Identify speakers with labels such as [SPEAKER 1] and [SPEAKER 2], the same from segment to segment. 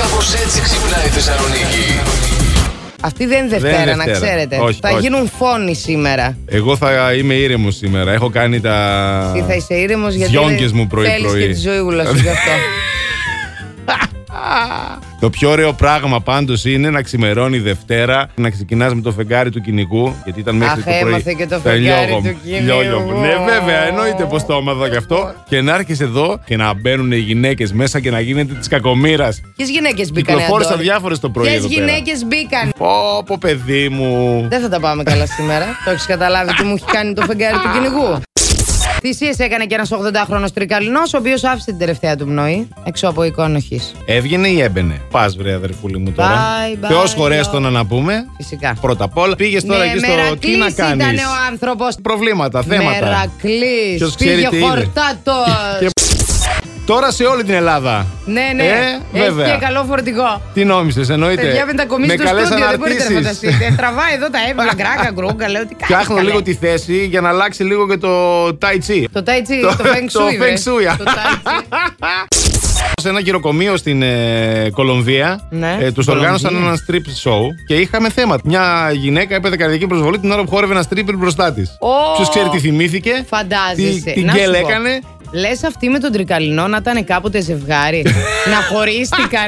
[SPEAKER 1] Κάπως έτσι ξυπνάει η Θεσσαλονίκη.
[SPEAKER 2] Αυτή δεν είναι Δευτέρα,
[SPEAKER 3] Δεν είναι
[SPEAKER 2] να
[SPEAKER 3] Δευτέρα.
[SPEAKER 2] ξέρετε.
[SPEAKER 3] Όχι,
[SPEAKER 2] θα
[SPEAKER 3] όχι.
[SPEAKER 2] γίνουν φόνοι σήμερα.
[SPEAKER 3] Εγώ θα είμαι ήρεμος σήμερα. Έχω κάνει τα.
[SPEAKER 2] Τι θα είσαι ήρεμος γιατί.
[SPEAKER 3] Διόγκες μου πρωί-πρωί.
[SPEAKER 2] Θέλεις και τη ζωή γλώσσα γι' αυτό.
[SPEAKER 3] Το πιο ωραίο πράγμα πάντως είναι να ξημερώνει Δευτέρα, να ξεκινάς με το φεγγάρι του κυνηγού. Γιατί ήταν μέχρι
[SPEAKER 2] Αχ,
[SPEAKER 3] το πρωί.
[SPEAKER 2] έμαθε και το
[SPEAKER 3] Τα
[SPEAKER 2] φεγγάρι του
[SPEAKER 3] λιώγω μου,
[SPEAKER 2] κυνηγού. Λοιπόν.
[SPEAKER 3] λιώγω μου. Ναι, βέβαια, εννοείται πως το έμαθα γι' αυτό. Και να έρχεσαι εδώ και να μπαίνουν οι γυναίκες μέσα και να γίνεται της κακομήρα.
[SPEAKER 2] Ποιες γυναίκες μπήκαν.
[SPEAKER 3] Κυκλοφόρησα διάφορες το πρωί.
[SPEAKER 2] Ποιες
[SPEAKER 3] εδώ πέρα.
[SPEAKER 2] γυναίκες μπήκαν.
[SPEAKER 3] Πω, πω, παιδί μου.
[SPEAKER 2] Δεν θα τα πάμε καλά σήμερα. το έχεις καταλάβει τι μου έχει κάνει το φεγγάρι του κυνηγού. Θυσίε έκανε και ένας 80χρονο τρικαλινός, ο οποίος άφησε την τελευταία του πνοή έξω από εικόνοχη.
[SPEAKER 3] Έβγαινε ή έμπαινε. Πας, βρε αδερφούλη μου τώρα.
[SPEAKER 2] Bye, bye,
[SPEAKER 3] Θεός χωρέστονα
[SPEAKER 2] yo.
[SPEAKER 3] να πούμε.
[SPEAKER 2] Φυσικά.
[SPEAKER 3] Πρώτα απ' όλα πήγες τώρα
[SPEAKER 2] ναι,
[SPEAKER 3] εκεί στο. Τι να
[SPEAKER 2] μερακλής
[SPEAKER 3] κάνεις.
[SPEAKER 2] ήταν ο άνθρωπος.
[SPEAKER 3] Προβλήματα, θέματα.
[SPEAKER 2] Μερακλής.
[SPEAKER 3] Ποιος ξέρει
[SPEAKER 2] Πήγε
[SPEAKER 3] τι είδε.
[SPEAKER 2] χορτάτος.
[SPEAKER 3] Και- Τώρα σε όλη την Ελλάδα.
[SPEAKER 2] Ναι, ναι.
[SPEAKER 3] Ε,
[SPEAKER 2] Έχει
[SPEAKER 3] βέβαια.
[SPEAKER 2] και καλό φορτηγό.
[SPEAKER 3] Τι νόμισες, εννοείται.
[SPEAKER 2] Παιδιά μετακομίζει στο
[SPEAKER 3] καλές
[SPEAKER 2] στούντιο, δεν μπορείτε να
[SPEAKER 3] αναρτήσεις.
[SPEAKER 2] φανταστείτε. Ε, Τραβάει εδώ τα έβαλα, γκράκα, γκρούγκα, λέω τι κάνεις
[SPEAKER 3] Φτιάχνω
[SPEAKER 2] καλέ.
[SPEAKER 3] λίγο τη θέση για να αλλάξει λίγο και το Tai Chi.
[SPEAKER 2] Το Tai Chi,
[SPEAKER 3] Το-
[SPEAKER 2] το Feng Shui.
[SPEAKER 3] το
[SPEAKER 2] βρε.
[SPEAKER 3] Feng Shui.
[SPEAKER 2] Το Tai Chi.
[SPEAKER 3] Σε ένα γυροκομείο στην ε, Κολομβία
[SPEAKER 2] Ναι. Κολομβία.
[SPEAKER 3] του οργάνωσαν ένα strip show και είχαμε θέμα. Μια γυναίκα έπαθε καρδιακή προσβολή την ώρα που χόρευε ένα stripper μπροστά της.
[SPEAKER 2] Ω.
[SPEAKER 3] Ποιος ξέρει τι θυμήθηκε.
[SPEAKER 2] Φαντάζεσαι.
[SPEAKER 3] Τι, τι
[SPEAKER 2] Να
[SPEAKER 3] γκέλ
[SPEAKER 2] σου πω.
[SPEAKER 3] έκανε.
[SPEAKER 2] Λες αυτή με τον Τρικαλινό να ήταν κάποτε ζευγάρι, να χωρίστηκαν.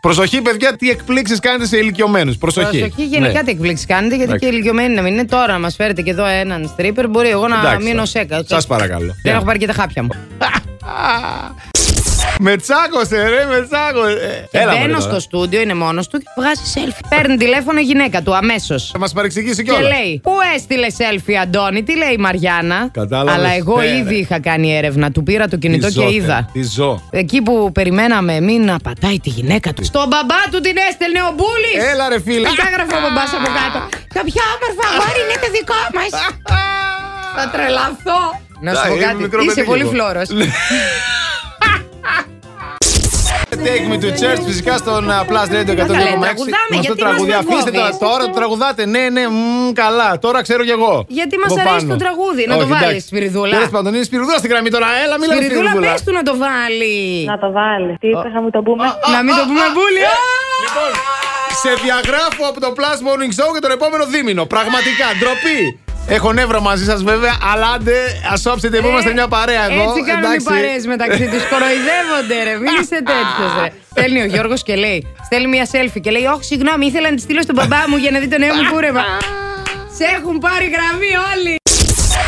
[SPEAKER 3] Προσοχή, παιδιά, τι εκπλήξεις κάνετε σε ηλικιωμένους. Προσοχή.
[SPEAKER 2] Προσοχή, γενικά
[SPEAKER 3] Ναι.
[SPEAKER 2] τι εκπλήξεις κάνετε, γιατί
[SPEAKER 3] Εντάξει.
[SPEAKER 2] και ηλικιωμένοι να μην είναι. Τώρα να μας φέρετε και εδώ έναν stripper, μπορεί εγώ να
[SPEAKER 3] Εντάξει,
[SPEAKER 2] μείνω
[SPEAKER 3] τώρα.
[SPEAKER 2] σέκα.
[SPEAKER 3] Σας παρακαλώ.
[SPEAKER 2] Δεν
[SPEAKER 3] Ναι.
[SPEAKER 2] έχω πάρει και τα χάπια μου.
[SPEAKER 3] Με τσάκωσε, ρε, με τσάκωσε.
[SPEAKER 2] Και
[SPEAKER 3] μωρέ,
[SPEAKER 2] μπαίνω
[SPEAKER 3] τώρα.
[SPEAKER 2] στο στούντιο, είναι μόνος του και βγάζει selfie. Παίρνει τηλέφωνο η γυναίκα του αμέσως.
[SPEAKER 3] Θα μας παρεξηγήσει
[SPEAKER 2] Και
[SPEAKER 3] κιόλας.
[SPEAKER 2] λέει, Πού έστειλε selfie, Αντώνη, τι λέει η Μαριάννα.
[SPEAKER 3] Κατάλαβες,
[SPEAKER 2] Αλλά εγώ
[SPEAKER 3] πέρα.
[SPEAKER 2] ήδη είχα κάνει έρευνα. Του πήρα το κινητό και είδα.
[SPEAKER 3] Τι ζω.
[SPEAKER 2] Εκεί που περιμέναμε εμείς να πατάει τη γυναίκα του. Στον μπαμπά του την έστελνε ο Μπούλης.
[SPEAKER 3] Έλα ρε φίλε.
[SPEAKER 2] Τι έγραφε ο μπαμπάς από κάτω. Κάποια όμορφα αγόρι είναι το δικό μας. Θα τρελαθώ. Να σου
[SPEAKER 3] Α,
[SPEAKER 2] πω
[SPEAKER 3] είναι μικρό
[SPEAKER 2] κάτι. Είσαι
[SPEAKER 3] παιδί Ναι,
[SPEAKER 2] πολύ
[SPEAKER 3] κι εγώ.
[SPEAKER 2] φλόρο.
[SPEAKER 3] Take me to church φυσικά στον uh, Plus Radio
[SPEAKER 2] τα
[SPEAKER 3] 102,6.
[SPEAKER 2] λέτε, τραγουδάμε,
[SPEAKER 3] Γνωστό
[SPEAKER 2] γιατί
[SPEAKER 3] τραγούδι.
[SPEAKER 2] μας
[SPEAKER 3] Αφήστε τα
[SPEAKER 2] βολεύεις.
[SPEAKER 3] τώρα, το τραγουδάτε. Ναι, ναι, μμ, καλά. Τώρα ξέρω κι εγώ.
[SPEAKER 2] Γιατί μας
[SPEAKER 3] Από
[SPEAKER 2] αρέσει
[SPEAKER 3] πάνω.
[SPEAKER 2] το τραγούδι, να το
[SPEAKER 3] Όχι,
[SPEAKER 2] βάλεις,
[SPEAKER 3] εντάξει.
[SPEAKER 2] Σπυριδούλα.
[SPEAKER 3] Τέλος πάντων, είναι η Σπυριδούλα στην γραμμή τώρα. Έλα, μιλάμε
[SPEAKER 2] Σπυριδούλα,
[SPEAKER 3] Σπυριδούλα.
[SPEAKER 2] πες του να το βάλει.
[SPEAKER 4] Να το βάλει. Τι είπες, θα μου το πούμε.
[SPEAKER 2] Να μην το πούμε ε! μπουλι.
[SPEAKER 3] Λοιπόν, σε διαγράφω από το Plus Morning Show για τον επόμενο δίμηνο. Πραγματικά, ντροπή. Έχω νεύρα μαζί σας βέβαια, αλλά άντε, ας όψετε που είμαστε μια παρέα εδώ.
[SPEAKER 2] Ε, Έτσι κάνουν οι
[SPEAKER 3] εντάξει.
[SPEAKER 2] παρέες μεταξύ τους. Κοροϊδεύονται, ρε. Μην είσαι τέτοιος, ρε. Στέλνει ο Γιώργος και λέει: Στέλνει μια selfie και λέει: Όχι, συγγνώμη, ήθελα να τη στείλω στον μπαμπά μου για να δει το νέο μου κούρεμα. Σε έχουν πάρει γραμμή όλοι.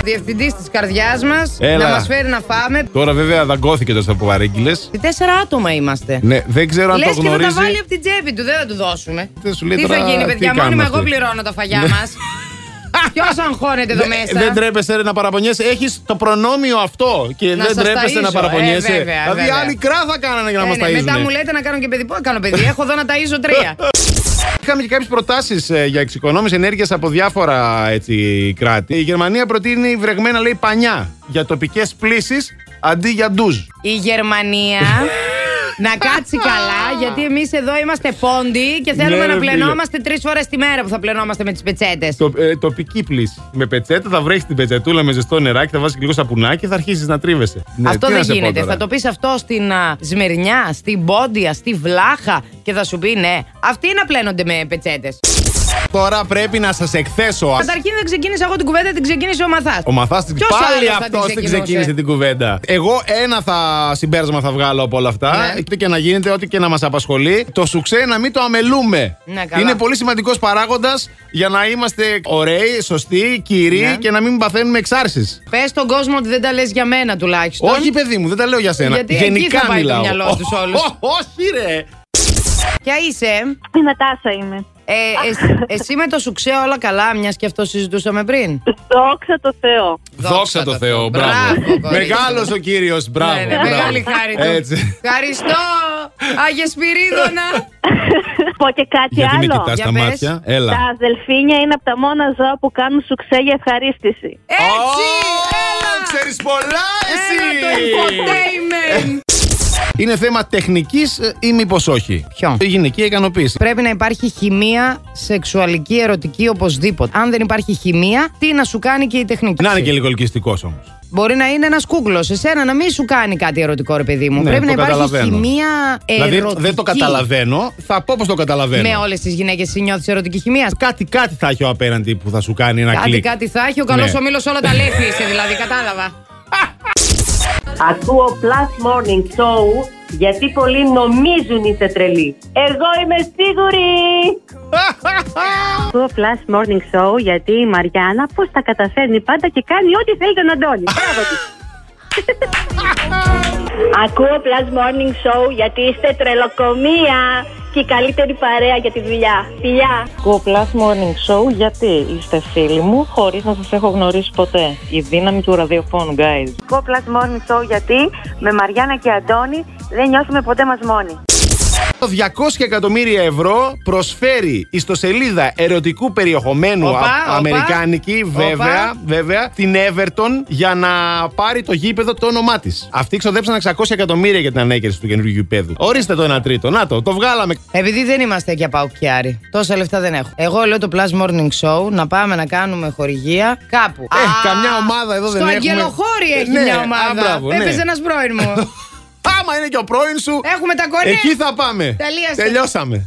[SPEAKER 2] Διευθυντής της καρδιάς μας
[SPEAKER 3] Έλα.
[SPEAKER 2] να μας φέρει να φάμε.
[SPEAKER 3] Τώρα βέβαια δαγκώθηκε το που παρήγγειλε.
[SPEAKER 2] Τέσσερα άτομα είμαστε.
[SPEAKER 3] Ναι, δεν ξέρω αν
[SPEAKER 2] Λε
[SPEAKER 3] το
[SPEAKER 2] και θα
[SPEAKER 3] γνωρίζει.
[SPEAKER 2] τα βάλει από την τσέπη του, δεν θα του δώσουμε.
[SPEAKER 3] Δεν σου λέει
[SPEAKER 2] τι
[SPEAKER 3] τώρα,
[SPEAKER 2] θα γίνει,
[SPEAKER 3] τι
[SPEAKER 2] παιδιά,
[SPEAKER 3] κάνουμε
[SPEAKER 2] μόνιμα
[SPEAKER 3] αυτοί.
[SPEAKER 2] εγώ πληρώνω τα φαγιά μας. Ποιος αγχώνεται εδώ
[SPEAKER 3] Δε-
[SPEAKER 2] μέσα.
[SPEAKER 3] Δεν τρέπεσαι ρε, να παραπονιέσαι. Έχεις το προνόμιο αυτό και
[SPEAKER 2] Να
[SPEAKER 3] δεν
[SPEAKER 2] σας
[SPEAKER 3] τρέπεσαι να
[SPEAKER 2] ταΐζω.
[SPEAKER 3] παραπονιέσαι.
[SPEAKER 2] Ε, βέβαια,
[SPEAKER 3] δηλαδή,
[SPEAKER 2] βέβαια.
[SPEAKER 3] άλλοι κρά θα κάνανε για να
[SPEAKER 2] Ε,
[SPEAKER 3] μας
[SPEAKER 2] ναι,
[SPEAKER 3] τα
[SPEAKER 2] μετά μου λέτε να κάνω και παιδί. Πώ να κάνω παιδί, έχω εδώ να ταΐζω τρία.
[SPEAKER 3] Είχαμε και κάποιες προτάσεις για εξοικονόμηση ενέργειας από διάφορα έτσι, κράτη. Η Γερμανία προτείνει βρεγμένα, λέει, πανιά για τοπικές πλήσεις αντί για ντουζ.
[SPEAKER 2] Η Γερμανία να κάτσει καλά, γιατί εμείς εδώ είμαστε πόντι και
[SPEAKER 3] Ναι,
[SPEAKER 2] θέλουμε
[SPEAKER 3] ρε,
[SPEAKER 2] να
[SPEAKER 3] φίλε.
[SPEAKER 2] πλενόμαστε τρεις φορές τη μέρα που θα πλενόμαστε με τις πετσέτες.
[SPEAKER 3] Το, ε, τοπική πλήση. Με πετσέτα θα βρέχεις την πετσετούλα με ζεστό νεράκι, θα βάζεις και λίγο σαπουνάκι και θα αρχίσει να τρίβεσαι. Ναι,
[SPEAKER 2] αυτό
[SPEAKER 3] τι να
[SPEAKER 2] δεν
[SPEAKER 3] σε πω
[SPEAKER 2] γίνεται.
[SPEAKER 3] τώρα.
[SPEAKER 2] Θα το πεις αυτό στην α, Σμυρνιά, στην Πόντια, στη Βλάχα και θα σου πει ναι, αυτοί να πλένονται με πετσέτες.
[SPEAKER 3] Τώρα πρέπει να σας εκθέσω.
[SPEAKER 2] Καταρχήν δεν ξεκίνησα εγώ την κουβέντα, την ξεκίνησε ο Μαθάς.
[SPEAKER 3] Ο Μαθάς την
[SPEAKER 2] Ποιος
[SPEAKER 3] Πάλι
[SPEAKER 2] άλλος θα την
[SPEAKER 3] αυτός την
[SPEAKER 2] ξεκινούσε?
[SPEAKER 3] ξεκίνησε την κουβέντα. Εγώ ένα θα συμπέρασμα θα βγάλω από όλα αυτά.
[SPEAKER 2] Ναι.
[SPEAKER 3] Τι και να γίνεται, ό,τι και να μας απασχολεί. Το σουξέ να μην το αμελούμε.
[SPEAKER 2] Ναι, καλά.
[SPEAKER 3] Είναι πολύ σημαντικός παράγοντας για να είμαστε ωραίοι, σωστοί, κυρίοι
[SPEAKER 2] Ναι.
[SPEAKER 3] και να μην παθαίνουμε εξάρσεις.
[SPEAKER 2] Πες στον κόσμο ότι δεν τα λες για μένα τουλάχιστον.
[SPEAKER 3] Όχι, παιδί μου, δεν τα λέω για σένα.
[SPEAKER 2] Γιατί εκεί
[SPEAKER 3] Γενικά
[SPEAKER 2] θα πάει το
[SPEAKER 3] μιλάω.
[SPEAKER 2] μυαλό
[SPEAKER 3] Ω,
[SPEAKER 2] τους όλους.
[SPEAKER 3] ω, Όχι, ρε.
[SPEAKER 2] Ποια είσαι,
[SPEAKER 4] Η Νατάσα είμαι.
[SPEAKER 2] ε, εσύ, εσύ με το σουξέ όλα καλά, μιας και αυτό συζητούσαμε πριν.
[SPEAKER 4] Δόξα τω Θεώ.
[SPEAKER 3] Δόξα τω Θεώ, μπράβο.
[SPEAKER 2] Μπράβο, κορίτσι.
[SPEAKER 3] Μεγάλος ο κύριος, μπράβο.
[SPEAKER 2] Ναι, ναι,
[SPEAKER 3] μπράβο.
[SPEAKER 2] μεγάλη χάρη του.
[SPEAKER 3] Έτσι.
[SPEAKER 2] Ευχαριστώ, Άγιε Σπυρίδωνα.
[SPEAKER 4] Πω και κάτι
[SPEAKER 3] Γιατί με
[SPEAKER 4] άλλο.
[SPEAKER 3] κοιτάς
[SPEAKER 2] Για
[SPEAKER 3] τα
[SPEAKER 2] πες.
[SPEAKER 3] μάτια. Έλα.
[SPEAKER 4] Τα αδελφίνια είναι από τα μόνα ζώα που κάνουν σουξέ για ευχαρίστηση.
[SPEAKER 2] Έτσι,
[SPEAKER 3] Ω,
[SPEAKER 2] έλα.
[SPEAKER 3] Ξέρεις πολλά
[SPEAKER 2] Έλα το
[SPEAKER 3] εσύ!
[SPEAKER 2] infotainment.
[SPEAKER 3] Είναι θέμα τεχνικής ε, ή μήπως όχι.
[SPEAKER 2] Ποιο?
[SPEAKER 3] Η γυναικεία ικανοποίηση.
[SPEAKER 2] Πρέπει να υπάρχει χημεία σεξουαλική, ερωτική, οπωσδήποτε. Αν δεν υπάρχει χημεία, τι να σου κάνει και η τεχνική.
[SPEAKER 3] Να είναι και λίγο ελκυστικό όμως.
[SPEAKER 2] Μπορεί να είναι ένας κούκλο. Εσένα να μην σου κάνει κάτι ερωτικό, ρε παιδί μου.
[SPEAKER 3] Ναι,
[SPEAKER 2] Πρέπει
[SPEAKER 3] το
[SPEAKER 2] να υπάρχει
[SPEAKER 3] καταλαβαίνω.
[SPEAKER 2] χημεία ερωτική.
[SPEAKER 3] Δηλαδή δεν το καταλαβαίνω. Θα πω πώ το καταλαβαίνω.
[SPEAKER 2] Με όλες τις γυναίκες νιώθεις ερωτική χημεία.
[SPEAKER 3] Κάτι, κάτι θα έχει ο απέναντι που θα σου κάνει ένα
[SPEAKER 2] Κάτι,
[SPEAKER 3] κλικ.
[SPEAKER 2] κάτι θα έχει. Ο καλός
[SPEAKER 3] Ναι.
[SPEAKER 2] ομίλος όλα τα λέει είσαι, δηλαδή, κατάλαβα.
[SPEAKER 5] Ακούω Plus Morning Show γιατί πολλοί νομίζουν είστε τρελοί. Εγώ είμαι σίγουρη!
[SPEAKER 6] Ακούω Plus Morning Show γιατί η Μαριάννα πώς τα καταφέρνει πάντα και κάνει ό,τι θέλει τον Αντώνη. Μπράβο της.
[SPEAKER 7] Ακούω Plus Morning Show γιατί είστε τρελοκομεία και η καλύτερη παρέα για τη δουλειά. Φιλιά!
[SPEAKER 8] Ακούω Plus Morning Show γιατί είστε φίλοι μου χωρίς να σας έχω γνωρίσει ποτέ. Η δύναμη του ραδιοφώνου, guys.
[SPEAKER 6] Ακούω Plus Morning Show γιατί με Μαριάννα και Αντώνη δεν νιώθουμε ποτέ μας μόνοι.
[SPEAKER 3] Το 200 εκατομμύρια ευρώ προσφέρει ιστοσελίδα ερωτικού περιεχομένου
[SPEAKER 2] Οπα,
[SPEAKER 3] α-
[SPEAKER 2] οπα.
[SPEAKER 3] αμερικάνικη,
[SPEAKER 2] Οπα.
[SPEAKER 3] βέβαια, βέβαια, την Everton για να πάρει το γήπεδο το όνομά της. Αυτοί ξοδέψαν 600 εκατομμύρια για την ανέκριση του καινούργιου γήπεδου. Ορίστε το 1 τρίτο. Να το, το βγάλαμε.
[SPEAKER 2] Επειδή δεν είμαστε για παουκιάρι, τόσα λεφτά δεν έχω. Εγώ λέω το Plus Morning Show να πάμε να κάνουμε χορηγία κάπου.
[SPEAKER 3] Ε, καμιά ομάδα εδώ δεν
[SPEAKER 2] Στο
[SPEAKER 3] έχουμε.
[SPEAKER 2] Αγγελοχώρι έχει
[SPEAKER 3] Ναι,
[SPEAKER 2] μια
[SPEAKER 3] α,
[SPEAKER 2] ομάδα.
[SPEAKER 3] μπράβο, ναι.
[SPEAKER 2] Έπαιζε ένας πρώην μου.
[SPEAKER 3] Άμα είναι και ο πρώην σου.
[SPEAKER 2] Έχουμε τα κορίτσια.
[SPEAKER 3] Εκεί θα πάμε.
[SPEAKER 2] Τελείωσε.
[SPEAKER 3] Τελειώσαμε.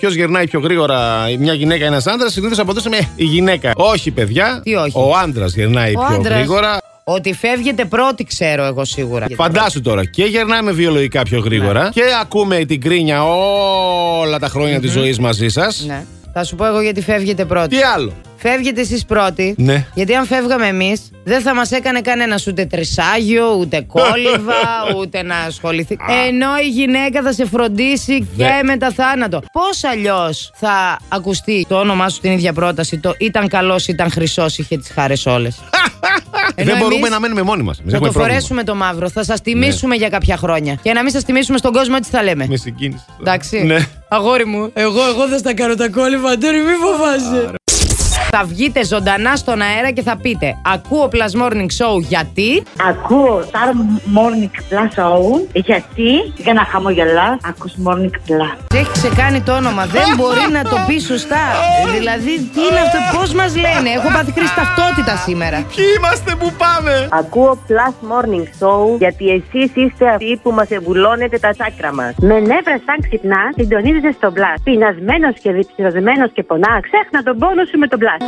[SPEAKER 3] Ποιο γερνάει πιο γρήγορα, μια γυναίκα ή ένας άντρας, συνήθως απαντούσαμε «Ε, η γυναίκα. Όχι, παιδιά.
[SPEAKER 2] Τι όχι?
[SPEAKER 3] Ο άντρας γερνάει
[SPEAKER 2] Ο
[SPEAKER 3] πιο
[SPEAKER 2] άντρας.
[SPEAKER 3] γρήγορα.
[SPEAKER 2] Ότι φεύγετε πρώτη, ξέρω εγώ σίγουρα.
[SPEAKER 3] Φαντάσου τώρα, και γερνάμε βιολογικά πιο
[SPEAKER 2] Ναι.
[SPEAKER 3] γρήγορα και ακούμε την κρίνια όλα τα χρονια της ζωής μαζί σας.
[SPEAKER 2] Ναι. Θα σου πω εγώ γιατί φεύγετε πρώτη.
[SPEAKER 3] Τι άλλο.
[SPEAKER 2] Φεύγετε εσείς πρώτοι.
[SPEAKER 3] Ναι.
[SPEAKER 2] Γιατί αν φεύγαμε εμείς, δεν θα μας έκανε κανένας ούτε τρισάγιο, ούτε κόλυβα, ούτε να ασχοληθεί. Ενώ η γυναίκα θα σε φροντίσει
[SPEAKER 3] Δε.
[SPEAKER 2] και μετά θάνατο. Πώς αλλιώς θα ακουστεί το όνομά σου την ίδια πρόταση, το ήταν καλός, ήταν χρυσός, είχε τις χάρες όλες.
[SPEAKER 3] Δεν
[SPEAKER 2] Ενώ
[SPEAKER 3] μπορούμε
[SPEAKER 2] εμείς
[SPEAKER 3] να μένουμε μόνοι μας.
[SPEAKER 2] Θα το φορέσουμε το μαύρο, θα σας
[SPEAKER 3] Ναι.
[SPEAKER 2] τιμήσουμε για κάποια χρόνια. Και να μην σας τιμήσουμε στον κόσμο, έτσι θα λέμε.
[SPEAKER 3] Με συγκίνηση. τώρα.
[SPEAKER 2] Εντάξει.
[SPEAKER 3] Ναι.
[SPEAKER 2] Αγόρι μου, εγώ, εγώ δεν στα κάνω τα κόλλημα, Αντώνη, μη φοβάσαι. Θα βγείτε ζωντανά στον αέρα και θα πείτε Ακούω Plus Morning Show γιατί
[SPEAKER 8] Ακούω Star Morning Plus Show γιατί για να χαμογελάς ακούς Morning Plus.
[SPEAKER 2] έχει ξεκάνει το όνομα. Δεν μπορεί να το πεις σωστά. δηλαδή, τι είναι αυτό, πώς μας λένε. Έχω πάθει κρίση ταυτότητα σήμερα.
[SPEAKER 3] Ποιοι είμαστε που πάμε.
[SPEAKER 5] Ακούω Plus Morning Show γιατί εσείς είστε αυτοί που μας εμβουλώνετε τα τσάκρα μας.
[SPEAKER 6] Με νεύρα σαν ξυπνάς, συντονίζεσαι στον μπλα. Πεινασμένος και διψασμένο και πονάς, ξέχνα τον πόνο σου με τον μπλα.
[SPEAKER 3] Α,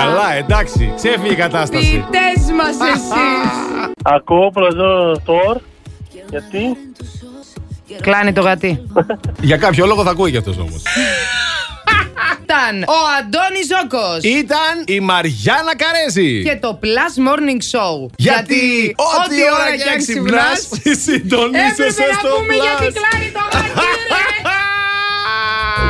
[SPEAKER 3] καλά, εντάξει. Ξέφυγε η κατάσταση.
[SPEAKER 2] Ποιητέ μας εσείς.
[SPEAKER 9] Ακούω πλαζό τόρ. Γιατί?
[SPEAKER 2] Κλάνει το γατί.
[SPEAKER 3] Για κάποιο λόγο θα ακούει κι αυτός όμως.
[SPEAKER 2] Ήταν ο Αντώνης Ζόκο
[SPEAKER 3] Ήταν η Μαριάννα Καρέζη.
[SPEAKER 2] και το Plus Morning Show.
[SPEAKER 3] Γιατί ό,τι ώρα κι αν ξυπνάς, συντονίζεσαι
[SPEAKER 2] Έπρεπε να
[SPEAKER 3] στο
[SPEAKER 2] πούμε γιατί
[SPEAKER 3] πλάσ.
[SPEAKER 2] κλάνει το γάτι,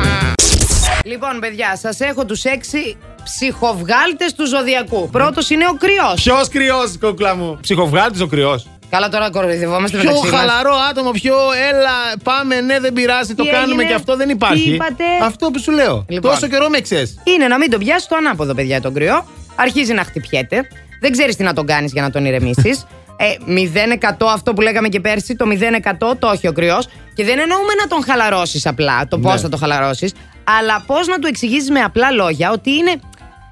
[SPEAKER 2] Λοιπόν, παιδιά, σας έχω τους έξι ψυχοβγάλτες του ζωδιακού. Πρώτος είναι ο κρυός.
[SPEAKER 3] Ποιος κρυός, κούκλα μου. Ψυχοβγάλτης ο κρυός.
[SPEAKER 2] Καλά, τώρα κοροϊδευόμαστε
[SPEAKER 3] Πιο
[SPEAKER 2] μεταξύ μας.
[SPEAKER 3] χαλαρό άτομο, πιο έλα, πάμε, ναι, δεν πειράζει, το
[SPEAKER 2] Τι
[SPEAKER 3] κάνουμε
[SPEAKER 2] έγινε?
[SPEAKER 3] και αυτό δεν
[SPEAKER 2] Τι
[SPEAKER 3] υπάρχει.
[SPEAKER 2] είπατε?
[SPEAKER 3] Αυτό που σου λέω.
[SPEAKER 2] Λοιπόν.
[SPEAKER 3] Τόσο καιρό με ξέρεις.
[SPEAKER 2] Είναι να μην τον πιάσει το ανάποδο, παιδιά, τον κρυό. Αρχίζει να χτυπιέται. Δεν ξέρεις τι να τον κάνεις για να τον ηρεμήσεις. Ε, 0% αυτό που λέγαμε και πέρσι, το 0% το όχι ο κρυός. Και δεν εννοούμε να τον χαλαρώσεις απλά, το πώς
[SPEAKER 3] Ναι.
[SPEAKER 2] θα το χαλαρώσεις, αλλά πώς να του εξηγήσει με απλά λόγια ότι είναι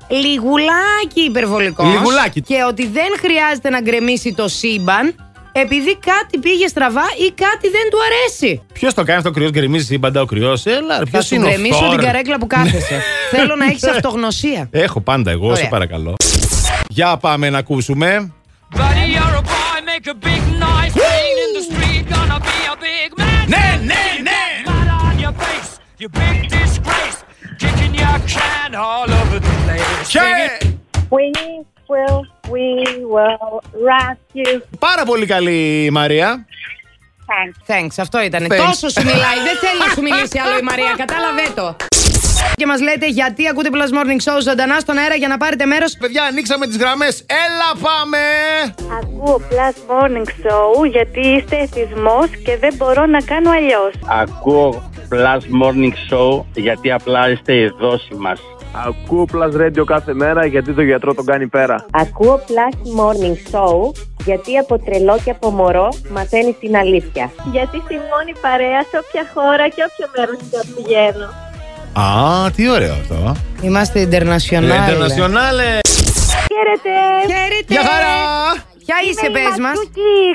[SPEAKER 2] λιγουλάκι υπερβολικός.
[SPEAKER 3] Λιγουλάκι.
[SPEAKER 2] Και ότι δεν χρειάζεται να γκρεμίσει το σύμπαν επειδή κάτι πήγε στραβά ή κάτι δεν του αρέσει.
[SPEAKER 3] Ποιος το κάνει αυτό, ο κρυός γκρεμίζει σύμπαντα ο κρυός. Έλα,
[SPEAKER 2] Θα
[SPEAKER 3] ποιο
[SPEAKER 2] σου
[SPEAKER 3] είναι ο
[SPEAKER 2] γκρεμίσω
[SPEAKER 3] Θόρ? Ναι.
[SPEAKER 2] την καρέκλα που κάθεσαι. Θέλω να έχεις αυτογνωσία.
[SPEAKER 3] Έχω πάντα εγώ, σε
[SPEAKER 2] Ωραία.
[SPEAKER 3] παρακαλώ. Για πάμε να ακούσουμε.
[SPEAKER 10] Buddy, you're a boy, make a big noise. Playing in the street, gonna be a big man.
[SPEAKER 3] Ναι, ναι, ναι!
[SPEAKER 10] Flat on your face, you big disgrace. Kicking your can all over the place. Singing-
[SPEAKER 7] We will, we will rock you.
[SPEAKER 3] Πάρα πολύ καλή η Μαρία.
[SPEAKER 2] Thanks, αυτό ήταν.
[SPEAKER 3] Thanks.
[SPEAKER 2] Τόσο σου μιλάει. Δεν θέλει να σου μιλήσει άλλο η Μαρία. Κατάλαβε το. Και μας λέτε γιατί ακούτε Plus Morning Show ζωντανά στον αέρα για να πάρετε μέρος.
[SPEAKER 3] Παιδιά, ανοίξαμε τις γραμμές. Έλα, πάμε!
[SPEAKER 7] Ακούω Plus Morning Show γιατί είστε εθισμός και δεν μπορώ να κάνω αλλιώς.
[SPEAKER 11] Ακούω Plus Morning Show γιατί απλά είστε η δόση μας.
[SPEAKER 9] Ακούω Plus Radio κάθε μέρα γιατί το γιατρό τον κάνει πέρα.
[SPEAKER 5] Ακούω Plus Morning Show γιατί από τρελό και από μωρό μαθαίνεις την αλήθεια.
[SPEAKER 7] Γιατί στη μόνη παρέα σε όποια χώρα και όποιο μέρος και αν πηγαίνω.
[SPEAKER 3] Α, τι ωραίο αυτό. Ε,
[SPEAKER 2] Είμαστε international.
[SPEAKER 3] Ναι, Internationale.
[SPEAKER 7] Και
[SPEAKER 12] Χαίρετε. Χαίρετε.
[SPEAKER 2] Γεια χαρά. Ποια είσαι, πες μας.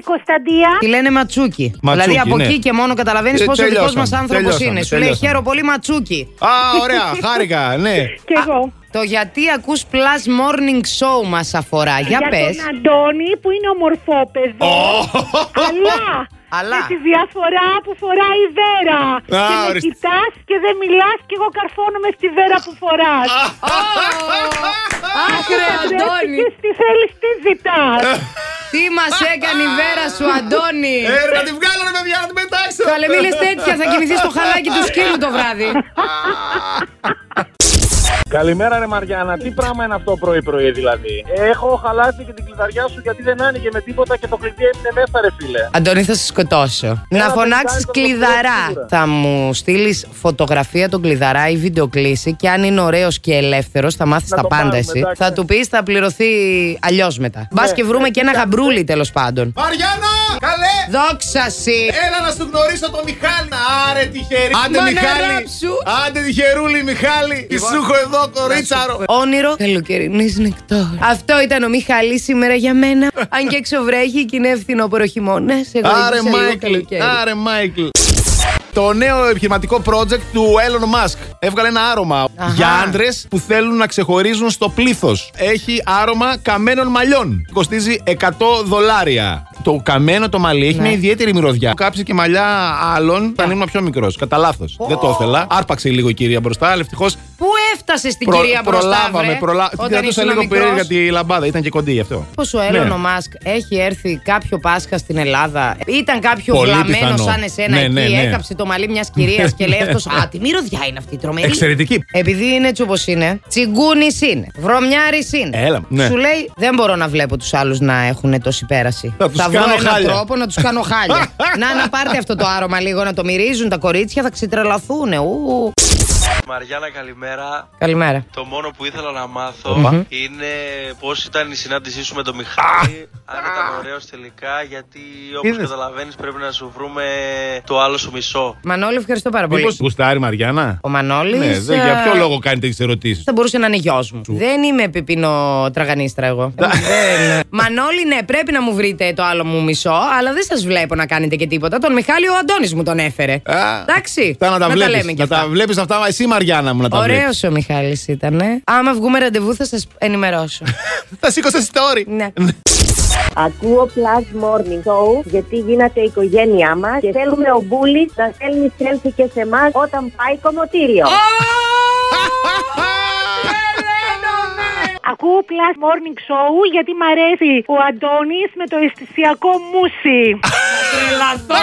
[SPEAKER 12] Κωνσταντία.
[SPEAKER 2] Τη λένε Ματσούκι.
[SPEAKER 3] Ματσούκι,
[SPEAKER 2] δηλαδή από
[SPEAKER 3] ναι.
[SPEAKER 2] εκεί και μόνο καταλαβαίνεις
[SPEAKER 3] Ε,
[SPEAKER 2] πόσο δικός
[SPEAKER 3] τελειώσαμε,
[SPEAKER 2] μας άνθρωπος
[SPEAKER 3] τελειώσαμε,
[SPEAKER 2] είναι. Σου λέει
[SPEAKER 3] τελειώσαμε.
[SPEAKER 2] χαίρο πολύ Ματσούκι.
[SPEAKER 3] Α, ωραία, χάρηκα, ναι.
[SPEAKER 12] Και εγώ.
[SPEAKER 2] Το γιατί ακούς Plus Morning Show μας αφορά. Για,
[SPEAKER 12] για
[SPEAKER 2] πες.
[SPEAKER 12] τον Αντώνη που είναι ομορφόπεδο. αλλά,
[SPEAKER 2] Αλλά.
[SPEAKER 12] με τη διαφορά που φοράει η Βέρα.
[SPEAKER 2] Α,
[SPEAKER 12] και με
[SPEAKER 2] ορίστε.
[SPEAKER 12] κοιτάς και δεν μιλάς και εγώ καρφώνομαι στη Βέρα που φοράς.
[SPEAKER 2] Άκρε, Αντώνη.
[SPEAKER 12] Και τι θέλεις, τι ζητάς.
[SPEAKER 2] Τι μας έκανε η Βέρα σου, Αντώνη.
[SPEAKER 3] Ε, να τη βγάλω, ρε παιδιά, να την πετάξω.
[SPEAKER 2] Καλέ, μη λες τέτοια, θα κοιμηθείς στο χαλάκι του σκύλου το βράδυ.
[SPEAKER 11] Καλημέρα ρε Μαριάννα, τι πράγμα είναι αυτό πρωί-πρωί δηλαδή. Έχω χαλάσει και την κλειδαριά σου γιατί δεν άνοιγε με τίποτα και το κλειδί έμεινε μέσα ρε φίλε.
[SPEAKER 2] Αντώνη, θα σε σκοτώσω.
[SPEAKER 11] Ναι,
[SPEAKER 2] να
[SPEAKER 11] να
[SPEAKER 2] φωνάξεις
[SPEAKER 11] πετάξω το
[SPEAKER 2] κλειδαρά.
[SPEAKER 11] σίγουρα.
[SPEAKER 2] Θα μου στείλεις φωτογραφία τον κλειδαρά ή βιντεοκλήση και αν είναι ωραίος και ελεύθερος θα μάθεις
[SPEAKER 11] Να
[SPEAKER 2] τα
[SPEAKER 11] το
[SPEAKER 2] πάντα
[SPEAKER 11] πάρουμε,
[SPEAKER 2] εσύ.
[SPEAKER 11] εντάξει. Ναι,
[SPEAKER 2] Θα του πεις θα πληρωθεί αλλιώς μετά. Μπας και βρούμε και ένα γαμπρούλι τέλος πάντων.
[SPEAKER 3] Μαριάννα! Καλέ!
[SPEAKER 2] Δόξα σοι.
[SPEAKER 3] Έλα να σου γνωρίσω τον Μιχάλη. Άρε τυχερή. Άντε
[SPEAKER 2] Μάνα
[SPEAKER 3] Μιχάλη.
[SPEAKER 2] ράψου.
[SPEAKER 3] Άντε τυχερούλη Μιχάλη. Τι σου έχω εδώ κορίτσαρο.
[SPEAKER 2] Όνειρο καλοκαιρινής νεκτό. Αυτό ήταν ο Μιχάλη σήμερα για μένα. Αν και έξω βρέχει και είναι φθινόπωρο χειμώνα. Εγώ
[SPEAKER 3] Άρε
[SPEAKER 2] είμαι σε λίγο
[SPEAKER 3] Μάικλ.
[SPEAKER 2] καλοκαίρι.
[SPEAKER 3] Άρε Μάικλ. Το νέο επιχειρηματικό project του Elon Musk έβγαλε ένα άρωμα
[SPEAKER 2] Αχα.
[SPEAKER 3] για άντρες που θέλουν να ξεχωρίζουν στο πλήθος. Έχει άρωμα καμένων μαλλιών. Κοστίζει 100 δολάρια. Το καμένο το μαλλί
[SPEAKER 2] Ναι.
[SPEAKER 3] έχει μια ιδιαίτερη μυρωδιά. Κάψει και μαλλιά άλλων όταν ήμουν πιο μικρός. Κατά λάθος. Δεν το ήθελα. Άρπαξε λίγο η κυρία μπροστά, αλλά ευτυχώ
[SPEAKER 2] Πού έφτασες στην κυρία μπροστά, βρε,
[SPEAKER 3] προλάβαμε. Προλα... Την
[SPEAKER 2] όταν
[SPEAKER 3] κρατούσα
[SPEAKER 2] ήσουν
[SPEAKER 3] λίγο
[SPEAKER 2] μικρός.
[SPEAKER 3] περίεργα τη λαμπάδα. Ήταν και κοντή γι' αυτό. Ναι.
[SPEAKER 2] Μήπως ο Έλλον ο Μάσκ έχει έρθει κάποιο Πάσχα στην Ελλάδα. Ήταν κάποιο
[SPEAKER 3] Πολύ
[SPEAKER 2] βλαμμένο
[SPEAKER 3] πιθανό.
[SPEAKER 2] σαν εσένα
[SPEAKER 3] Ναι,
[SPEAKER 2] εκεί.
[SPEAKER 3] ναι, ναι.
[SPEAKER 2] Έκαψε το μαλλί μιας κυρίας και λέει αυτός. Α, τι μυρωδιά είναι αυτή η τρομερή.
[SPEAKER 3] Εξαιρετική.
[SPEAKER 2] Επειδή είναι έτσι όπως είναι, τσιγκούνης είναι, βρωμιάρης είναι.
[SPEAKER 3] Έλα, ναι.
[SPEAKER 2] Σου λέει δεν μπορώ να βλέπω τους άλλους να έχουν τόση πέραση.
[SPEAKER 3] Θα τους
[SPEAKER 2] βρω
[SPEAKER 3] κάνω
[SPEAKER 2] έναν
[SPEAKER 3] χάλια.
[SPEAKER 2] τρόπο να τους κάνω χάλια. να, να πάρτε αυτό το άρωμα λίγο να το μυρίζουν τα κορίτσια, θα ξετρελαθούν. Ου.
[SPEAKER 13] Μαριάννα, καλημέρα.
[SPEAKER 2] Καλημέρα.
[SPEAKER 13] Το μόνο που ήθελα να μάθω
[SPEAKER 2] Οπα.
[SPEAKER 13] είναι πώς ήταν η συνάντησή σου με τον Μιχάλη. αν ήταν ωραίος τελικά, γιατί όπως
[SPEAKER 3] Είδες.
[SPEAKER 13] καταλαβαίνεις πρέπει να σου βρούμε το άλλο σου μισό.
[SPEAKER 2] Μανώλη, ευχαριστώ πάρα πολύ.
[SPEAKER 3] Μήπως γουστάρει Μαριάννα.
[SPEAKER 2] Ο Μανώλης.
[SPEAKER 3] Ναι, δεν- για ποιο λόγο κάνετε τι ερωτήσεις.
[SPEAKER 2] Θα μπορούσε να είναι γιος μου. Δεν είμαι πιπινό τραγανίστρα εγώ. Δεν. Μανώλη, ναι, πρέπει να μου βρείτε το άλλο μου μισό, αλλά δεν σας βλέπω να κάνετε και τίποτα. Τον Μιχάλη ο Αντώνης μου τον έφερε. Εντάξει.
[SPEAKER 3] Αυτά να Ε, τα
[SPEAKER 2] λέμε
[SPEAKER 3] βλέπει.
[SPEAKER 2] κι
[SPEAKER 3] Να τα βλέπεις αυτά, εσύ Μαριάννα μου να τα βλέπει.
[SPEAKER 2] Ωραίο ο Μιχάλης ήταν. ε. Άμα βγούμε ραντεβού, θα σας ενημερώσω.
[SPEAKER 3] θα σήκωσε story.
[SPEAKER 2] Ναι.
[SPEAKER 5] Ακούω Plus Morning Show γιατί γίνατε η οικογένειά μας και θέλουμε ο Μπούλης να στέλνει selfie και σε εμάς όταν πάει κομμωτήριο.
[SPEAKER 12] Ακούω Plus Morning Show γιατί μ' αρέσει ο Αντώνης με το αισθησιακό μουσι.
[SPEAKER 2] Τρελαθώ